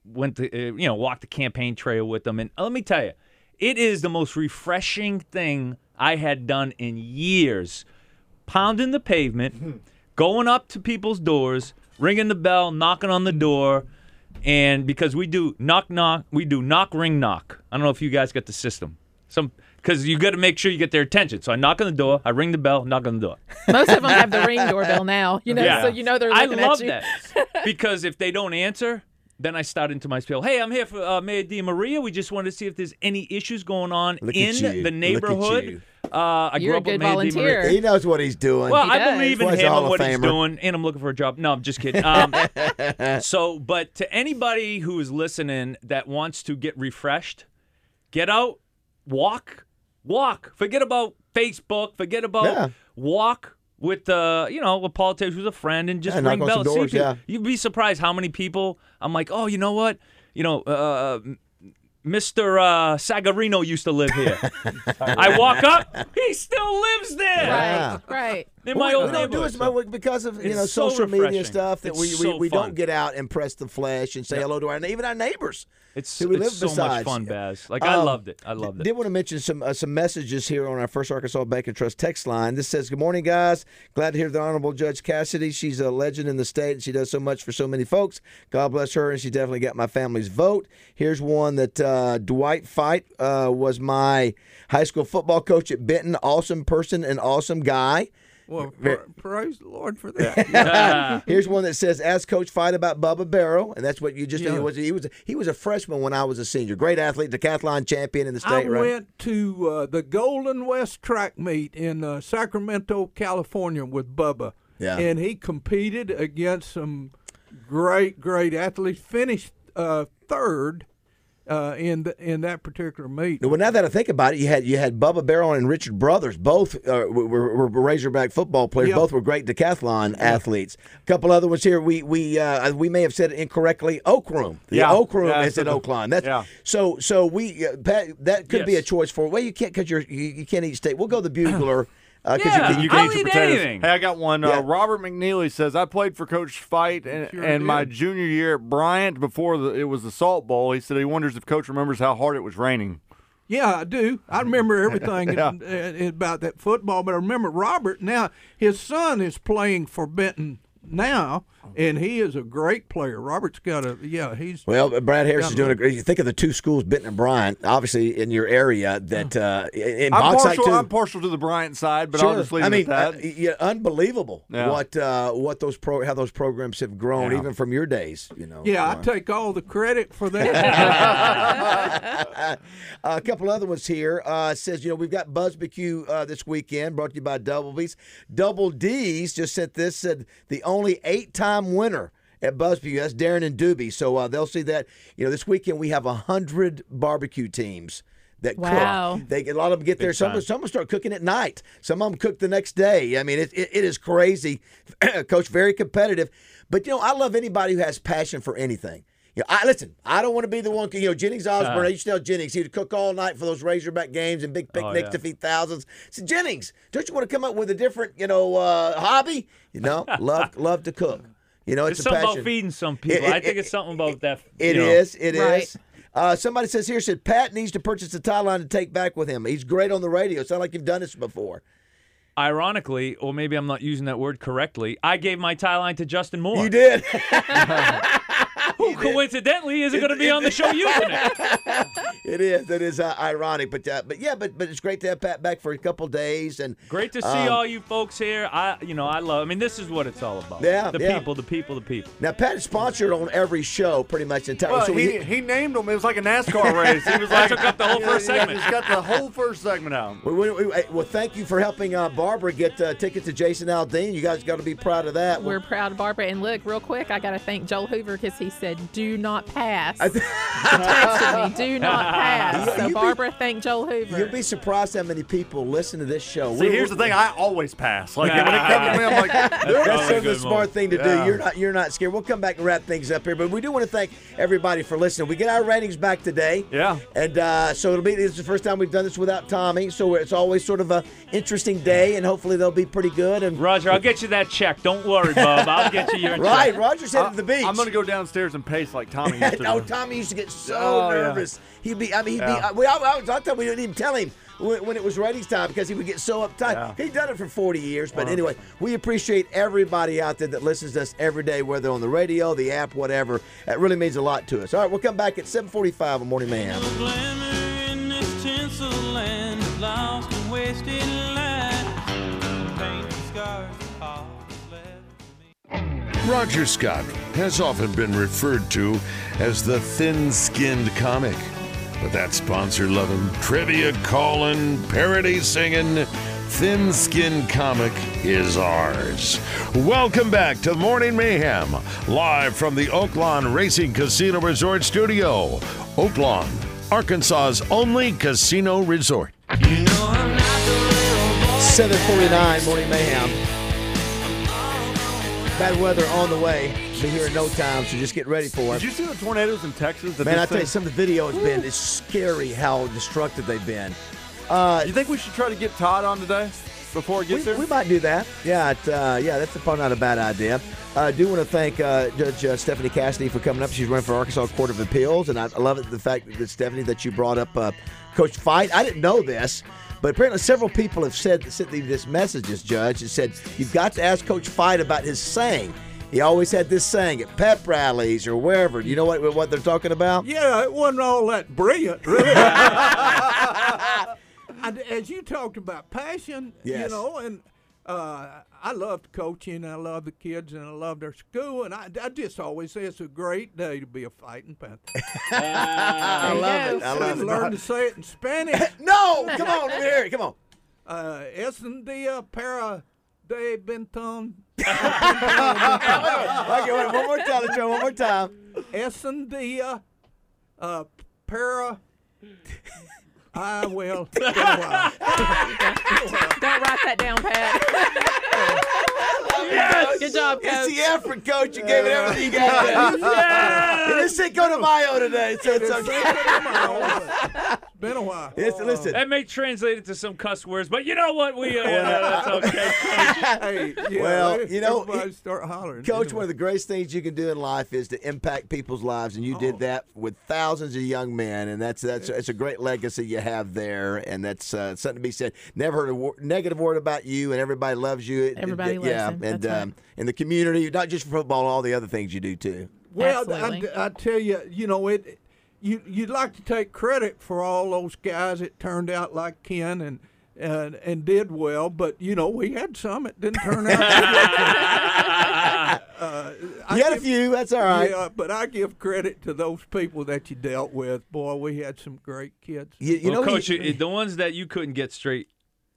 went to, uh, you know, walked the campaign trail with them, and uh, let me tell you, it is the most refreshing thing I had done in years pounding the Hmm. pavement, going up to people's doors, ringing the bell, knocking on the door, and because we do knock knock, we do knock ring knock. I don't know if you guys got the system. Some because you got to make sure you get their attention. So I knock on the door, I ring the bell, knock on the door. Most of them have the ring doorbell now, you know, Yeah. so you know they're I looking love at you. that because if they don't answer, then I start into my spiel. Hey, I'm here for uh, Mayor Di Maria. We just wanted to see if there's any issues going on Look at in you. Look the at neighborhood. you. Uh, I You're grew a up with good Mayor Di Maria. volunteer. He knows what he's doing. Well, I does. believe in Well, he's him a Hall and of what he's Famer. doing, and I'm looking for a job. No, I'm just kidding. Um, so, but to anybody who is listening that wants to get refreshed, get out, walk, walk. Forget about Facebook. Forget about Yeah. walk with uh, you know, with politics who's a friend, and just Yeah, knock ring on some bells. See doors, people. yeah. You'd be surprised how many people. I'm like, oh, you know what? You know, uh, Mr. Uh, Sagarino used to live here. I walk up, he still lives there. Yeah. Right, right. In Well, we my old don't do neighborhood. as much because of you It's know so social media refreshing. stuff that It's we, we, so we fun. don't get out and press the flesh and say hello to our even our neighbors. It's, who we it's live so much besides. fun, Baz. Like I Um, loved it. I loved it. Did want to mention some uh, some messages here on our First Arkansas Bank and Trust text line. This says, "Good morning, guys. Glad to hear the Honorable Judge Cassidy. She's a legend in the state, and she does so much for so many folks. God bless her, and she definitely got my family's vote. Here's one that uh, Dwight Fight uh, was my high school football coach at Benton. Awesome person and awesome guy. Well, pra- praise the Lord for that. Here's one that says, "Ask Coach Fight about Bubba Barrow," and that's what you just Yeah. he was. He was he was a freshman when I was a senior. Great athlete, decathlon champion in the I state. right? went to uh, the Golden West track meet in uh, Sacramento, California with Bubba. Yeah. And he competed against some great, great athletes, finished uh, third uh, in, th in that particular meet. Well, now that I think about it, you had you had Bubba Barron and Richard Brothers. Both uh, were, were, were Razorback football players. Yeah. Both were great decathlon athletes. A couple other ones here. We we uh, we may have said it incorrectly. Oak Room. The Yeah. Oak Room Yeah, is so in the- Oakland. That's yeah. so so we uh, Pat, that could be a Yes. choice for. Well, you can't because you're you, you can't eat steak. We'll go the bugler. Uh, 'cause Yeah. you can, you You can I'll eat your eat potatoes. anything. Hey, I got one. Yeah. Uh, Robert McNeely says I played for Coach Fight and, Sure and my did. junior year at Bryant before the, it was the Salt Bowl. He said he wonders if Coach remembers how hard it was raining. Yeah, I do. I remember everything in- in- about that football, but I remember Robert. Now his son is playing for Benton now, and he is a great player. Robert's got a yeah. He's Well, uh, Brad Harris is Yeah. doing a great. You think of the two schools, Benton and Bryant, obviously in your area. That uh, in I'm Bauxite partial. too. I'm partial to the Bryant side, but I'll just leave I it mean, at uh, that. y- yeah, unbelievable Yeah. what uh, what those pro how those programs have grown, even from your days. You know, yeah. I take all the credit for that. Uh, a couple other ones here uh, says you know we've got Buzzbecue uh, this weekend, brought to you by Double B's. Double D's just sent this said the only eight time winner. At Buzzbecue, that's Darren and Doobie. So uh, they'll see that. You know, this weekend we have a hundred barbecue teams that Wow. cook. They a lot of them get there. Some of, some of them start cooking at night. Some of them cook the next day. I mean, it, it, it is crazy. Coach, very competitive. But you know, I love anybody who has passion for anything. You know, I listen. I don't want to be the one. You know, Jennings Uh-huh. Osborne. I used to tell Jennings he would cook all night for those Razorback games and big picnics Oh, yeah. to feed thousands. I said Jennings, don't you want to come up with a different, you know, uh, hobby? You know, love love to cook. You know, it's, It's a something passion. about feeding some people. it- I think it- it's something about that. It you know. is. It is. Right. Uh, somebody says here said Pat needs to purchase the tie line to take back with him. He's great on the radio. Sound like you've done this before. Ironically, or maybe I'm not using that word correctly. I gave my tie line to Justin Moore. You did. Who coincidentally isn't going to be on the show using it. it is. It is uh, ironic, but uh, but yeah, but but it's great to have Pat back for a couple days and Great to see Um, all you folks here. I, you know, I love. I mean, this is what it's all about. Yeah, the yeah. people, the people, the people. now Pat is sponsored on every show pretty much entirely. Well, so we- he, he named them. It was like a NASCAR race. He was like took up the whole first segment. He's got the whole first segment out. We, we, we, well, thank you for helping uh, Barbara get uh, tickets to Jason Aldean. You guys got to be proud of that. We're proud of Barbara. And look, real quick, I got to thank Joel Hoover because he said, do not pass. He texted me, do not You- pass. you So be- Barbara, thank Joel Hoover. You'll be surprised how many people listen to this show. See, here's the thing. I always pass. Like when it comes to me, I'm like, That's probably the a good smart move. thing to do. Yeah. You're not you're not scared. We'll come back and wrap things up here, but we do want to thank everybody for listening. We get our ratings back today. Yeah. and uh, so it'll be this is the first time we've done this without Tommy. So it's always sort of a interesting day, and hopefully they'll be pretty good. And Roger, I'll get you that check. Don't worry, Bob. I'll get you your right, check. Roger's headed to the beach. I'm gonna go downstairs and pace like Tommy used to. oh, do. Tommy used to get so Oh, yeah. nervous. He'd be, I mean, he'd be, Yeah. I, we, I, I, was- I thought we didn't even tell him when, when it was ratings time because he would get so uptight. Yeah. He'd done it for 40 years. But anyway, we appreciate everybody out there that listens to us every day, whether on the radio, the app, whatever. That really means a lot to us. All right, we'll come back at 745 on Morning Man. Glamour in this tinsel land of wasted life, paint scars all that's left. Roger Scott has often been referred to as the thin skinned comic. But that sponsor loving, trivia calling, parody singing, thin skinned comic is ours. Welcome back to Morning Mayhem, live from the Oaklawn Racing Casino Resort Studio, Oaklawn, Arkansas's only casino resort. 749 Morning Mayhem. Bad weather on the way. Be here in no time, so just get ready for it. Did you see the tornadoes in Texas? that Man, this I tell you, thing- some of the video has been, it's scary how destructive they've been. Uh, you think we should try to get Todd on today before it we, gets there? we might do that. Yeah, it, uh, yeah, that's probably not a bad idea. Uh, I do want to thank uh, Judge uh, Stephanie Cassidy for coming up. She's running for Arkansas Court of Appeals, and I I love it the fact that Stephanie that you brought up uh, Coach Fight. I didn't know this, but apparently several people have said sent me this messages, Judge, and said you've got to ask Coach Fight about his saying. He always had this saying at pep rallies or wherever. Do you know what what they're talking about? Yeah, it wasn't all that brilliant, really. I- as you talked about passion, you Yes. know, and uh, I loved coaching, I loved the kids, and I loved our school, and I, I just always say it's a great day to be a fighting panther. I love it. I love it. Learn to say it in Spanish. no, come on, let me hear it. Come on. Uh, es un día para de benton. Okay, wait, one more time. Let's try one more time. Es un día uh, para. I will. Don't write that down, Pat. yes! Good job, It's coach. the effort, coach. You gave it everything you got. yes! It is Cinco de Mayo today, so it's okay. It's been a while. It's, listen, That may translate it to some cuss words, but you know what? We uh, that's okay. Hey, yeah, Well, you know, everybody start hollering. coach, anyway. one of the greatest things you can do in life is to impact people's lives, and you did that with thousands of young men, and that's that's it's a great legacy you have there, and that's uh, something to be said. Never heard a wor- negative word about you, and everybody loves you. It- it- Everybody loves yeah, him. and That's right. um, in the community, not just for football, all the other things you do too. Well, Absolutely. I, I tell you, you know it. You you'd like to take credit for all those guys that turned out like Ken and and and did well, but you know we had some that didn't turn out. uh, I You had a give- few. That's all right. Yeah, but I give credit to those people that you dealt with. Boy, we had some great kids. You, you well, know, coach, you- it- the ones that you couldn't get straight.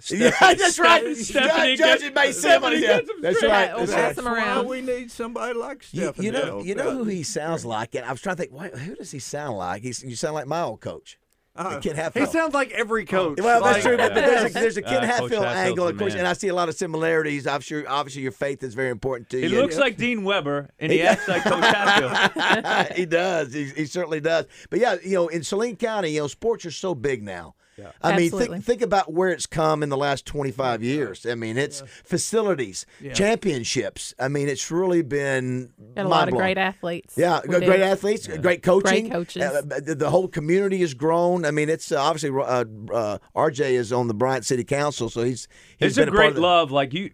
Yeah, Stephanie- that's right. Ste- Judge- Stephanie Judge gets- it by Stephanie somebody. gets them That's straight. right. That's Pass right. them why around. we need somebody like You, Stephanie. you know, you know Uh, who he sounds like, and I was trying to think. Why, who does he sound like? He's, you sound like my old coach, Uh, Ken He Hatfield. sounds like every coach. well, that's Like- true, but, but there's a, Yeah. there's a Ken Uh, Coach Hatfield Hatfield's angle, of the course, man. and I see a lot of similarities. I'm sure, obviously, your faith is very important to He you. looks like Dean Weber, and he acts like Coach Hatfield. he does. He, he certainly does. But yeah, you know, in Saline County, you know, sports are so big now. Yeah. I mean, Absolutely. think, think about where it's come in the last 25 years. I mean, it's facilities, championships. I mean, it's really been Got a lot of mind-blowing. great athletes. Yeah, We great do. athletes, great coaching. Great coaches. Uh, the, the whole community has grown. I mean, it's uh, obviously uh, uh, RJ is on the Bryant City Council, so he's he's It's been a part great of the- love, like you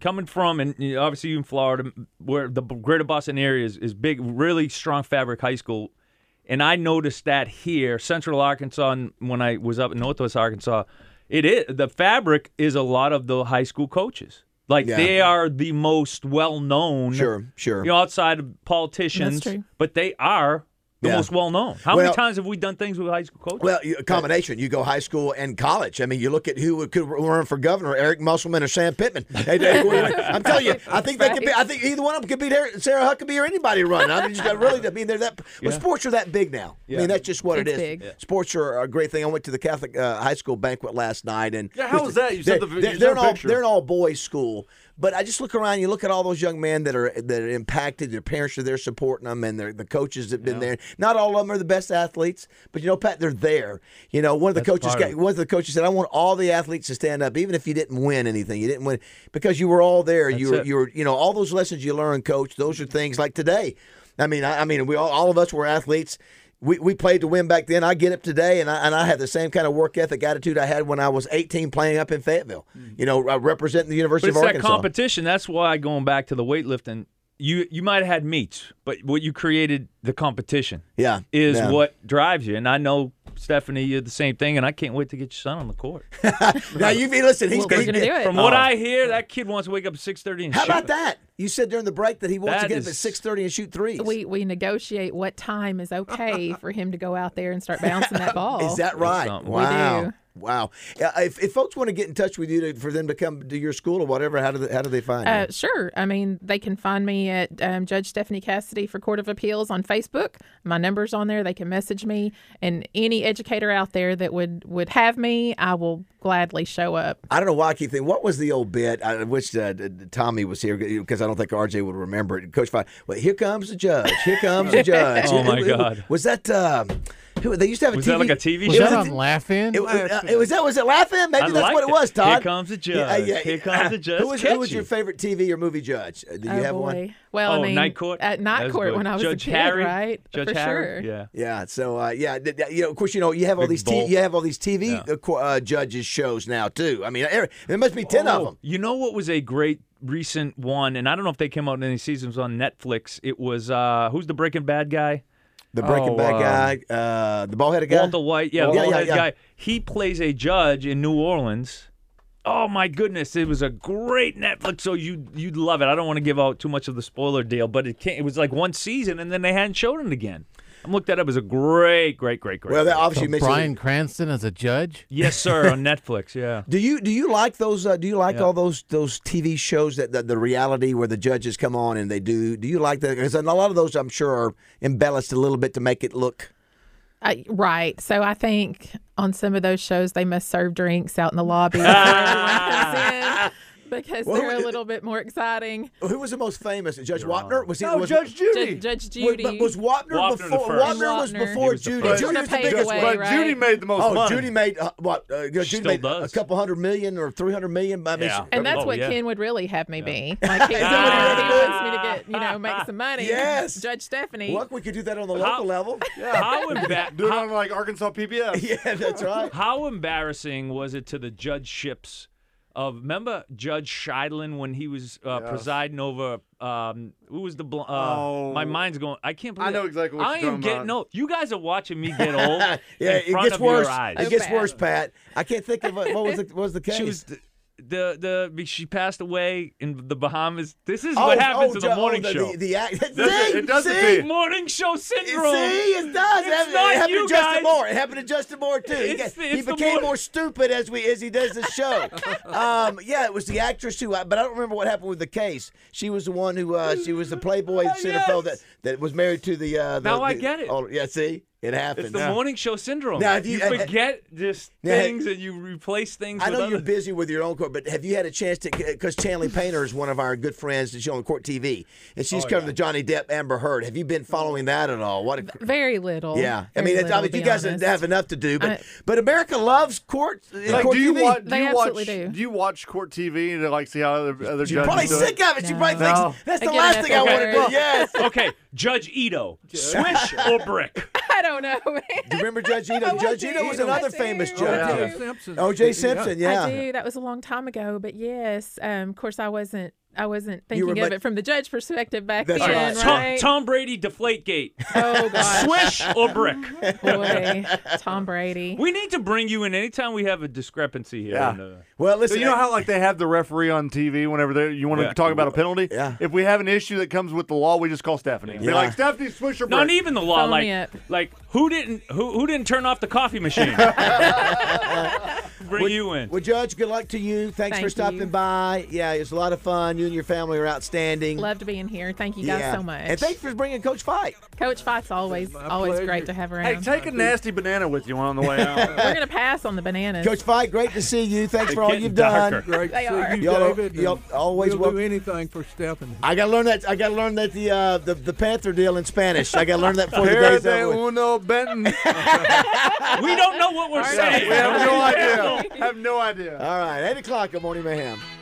coming from, and you know, obviously you in Florida, where the b- greater Boston area is, is big, really strong fabric high school. And I noticed that here, Central Arkansas, and when I was up in Northwest Arkansas, it is the fabric is a lot of the high school coaches. Like Yeah. they are the most well known. Sure, sure. You know, outside of politicians, That's true. but they are the Yeah. most well known. How Well- many times have we done things with high school coaches? Well, you- a combination. You go high school and college. I mean, you look at who could run for governor: Eric Musselman or Sam Pittman. Hey, they- I'm telling you, I think they could be. I think either one of them could beat Eric- Sarah Huckabee or anybody running. I mean, you just got really. I mean, they're that. Well, sports are that big now. I mean, that's just what it It's is. big. Yeah. Sports are a great thing. I went to the Catholic uh, high school banquet last night, and Yeah, how was that? You sent They're- the- you they're, sent they're a an all picture. they're an all boys school. But I just look around, you look at all those young men that are that are impacted. Their parents are there supporting them, and their the coaches have been there. Not all of them are the best athletes, but you know, Pat, they're there. You know, one of the coaches part of got, one of the coaches said, "I want all the athletes to stand up, even if you didn't win anything. You didn't win because you were all there. you were it. you were you know all those lessons you learned, coach. Those are things like today. I mean, I, I mean, we all, all of us were athletes." We, we played to win back then. I get up today, and I, and I have the same kind of work ethic attitude I had when I was 18 playing up in Fayetteville. You know, uh, representing the University Mm-hmm. But it's of that Arkansas. competition. That's why going back to the weightlifting, you you might have had meets, but what you created the competition Yeah, is yeah. what drives you. And I know Stephanie, you're the same thing, and I can't wait to get your son on the court. Now you listen. He's Well, we're he- gonna do it. Oh. From what I hear, that kid wants to wake up at six thirty and Oh. How shoot about it. that? You said during the break that he wants to That get up is- at six thirty and shoot threes. We we negotiate what time is okay for him to go out there and start bouncing that ball. Is that right? We Wow. do. Wow. Uh, If, if folks want to get in touch with you to, for them to come to your school or whatever, how do they, how do they find Uh, you? sure. I mean, they can find me at um, Judge Stephanie Cassidy for Court of Appeals on Facebook. My number's on there. They can message me, and any educator out there that would would have me, I will gladly show up. I don't know why I keep thinking. What was the old bit? I wish uh, d- d- Tommy was here because I don't think RJ would remember it. Coach Fine. Well, here comes the judge. Here comes the judge. Oh, my Who- who- God. Was that? Um, who, they used to have a Was TV. that like a TV it show? a- Was that on Laugh-In? It, was- uh, it was that. Was it Laugh-In? Maybe I that's what it liked it. was. Todd. Here comes the judge. Here comes the judge. Who was, who Catch was your you. favorite TV or movie judge? Uh, Do you Oh, have one? boy. Well, I Oh, mean, night court? At That night was court good. when I was Judge a kid, Harry? right? Judge For Harry? sure. Yeah. Yeah. So uh, yeah, th- th- you know, of course, you know, you have all Big these bulk. t- you have all these TV uh, qu- uh, judges shows now too. I mean, every- there must be ten of Oh, them. You know what was a great recent one, and I don't know if they came out in any seasons on Netflix. It was uh, who's the Breaking Bad guy? The Breaking Oh, Bad uh, guy, uh, the bald headed guy, Walter White, yeah, Yeah, yeah, Walter White yeah. guy. He plays a judge in New Orleans. Oh my goodness! It was a great Netflix show. You you'd love it. I don't want to give out too much of the spoiler deal, but it came, it was like one season, and then they hadn't shown it again. I looked that up. It was a great, great, great, great. Well, that show. obviously makes Brian Cranston as a judge. yes, sir, on Netflix. Yeah. it. Do you do you like those? Uh, do you like Yeah. all those those TV shows that, that the reality where the judges come on and they do? Do you like that? Because a lot of those, I'm sure, are embellished a little bit to make it look. I, right. So I think on some of those shows they must serve drinks out in the lobby when everyone comes in because Well, they're a who- little bit more exciting. Who was the most famous? Judge Wapner was he? No, was, Judge Judy. Judge, Judge Was, Judy. but was Wapner, Wapner the before? first. Wapner was Wapner. before He was the Judy. first. Judy Jordan was the paved biggest the one. way, But right? Judy made the most oh, money. Judy made uh, what? Uh, Judy still made does. a couple hundred million or three hundred million. I mean, Yeah. And that's Oh, what yeah. Ken would really have me be. Like he, he that what he really wants me to get, you know, make some money. Yes. Judge Stephanie. look, we could do that on the local level. How emba- Do it on like Arkansas PBS. yeah, that's right. How embarrassing was it to the judgeships of remember Judge Scheidlin when he was uh, presiding over um, who was the bl- uh, Oh. my mind's going I can't believe I know exactly what I you're am talking getting about. old. Oh, You guys are watching me get old yeah, in it front gets of worse. your eyes. It So gets bad. worse, Pat. I can't think of what, what was the what was the case. She was the, the the she passed away in the Bahamas. This is Oh, what oh, happens in the Ju- oh, morning the, show. The, the act. see, it, it doesn't see, fit. morning show see, syndrome. it does. It's it happened, not it happened you to Justin guys. Moore. It happened to Justin Moore too. he, It's got- the- he it's the became more- more stupid as we as he does the show. um, yeah, it was the actress who, I, but I don't remember what happened with the case. She was the one who uh, she was the Playboy centerfold Oh, yes. that that was married to the. Uh, the Now I the- get it. Oh, yeah, see, it happened. It's the Yeah. morning show syndrome. Now, if you- uh, uh, forget just now, hey, things and you replace things. I with know you're other- busy with your own court, but have you had a chance to? Because Chanley Painter is one of our good friends that she's on Court TV, and Oh, she's covering the Johnny Depp Amber Heard. Have you been following that at all? What? A, Very little. yeah, I Very mean, it's, little, I mean, to you be guys honest. have enough to do, but I- but America loves court. uh, Like, court do you TV. watch? Do They you watch? absolutely Do. do. you watch court TV to like see how other, other She's judges probably do it? sick of it. She No. probably thinks No. that's the Again, last that's thing I want to okay. do. Yes. okay, Judge Ito, swish or brick? I don't know. man. Do you remember Judge Ito? Judge Ito was Ito. another I do. famous I judge. O.J. do. Simpson. O.J. Simpson. I Yeah. do. That was a long time ago, but yes. Um, of course, I wasn't. I wasn't You were thinking of much- it from the judge perspective back That's then, right. right? Tom, Tom Brady, deflate gate, Oh gosh, swish or brick? boy, Tom Brady. We need to bring you in anytime we have a discrepancy here. Yeah. in the- Well, So listen. you know how like they have the referee on TV whenever they, you want to Yeah. talk about a penalty. Yeah. If we have an issue that comes with the law, we just call Stephanie. Be Yeah. like Stephanie, swish your Not break." even the law, Phone me like up. like who didn't who who didn't turn off the coffee machine? bring you in. Well, Judge, good luck to you. Thanks Thank for stopping you. by. Yeah, it's a lot of fun. You and your family are outstanding. Loved being here. Thank you guys Yeah. so much. And thanks for bringing Coach Fight. Coach Fight's always My always pleasure. great to have Hey, around. take a nasty banana with you on the way out. We're gonna pass on the bananas. Coach Fight, great to see you. Thanks It's for all getting you've darker. done. Great They to are. see you, Y'all- David. y'all and always we'll welcome- do anything for Stephanie. I gotta learn that. I gotta learn that the uh, the, the Panther deal in Spanish. I gotta learn that before the Here day's they over. with. uno Benton. we don't know what we're All right. we saying. have no idea. Have no idea. All right, eight o'clock on Morning Mayhem.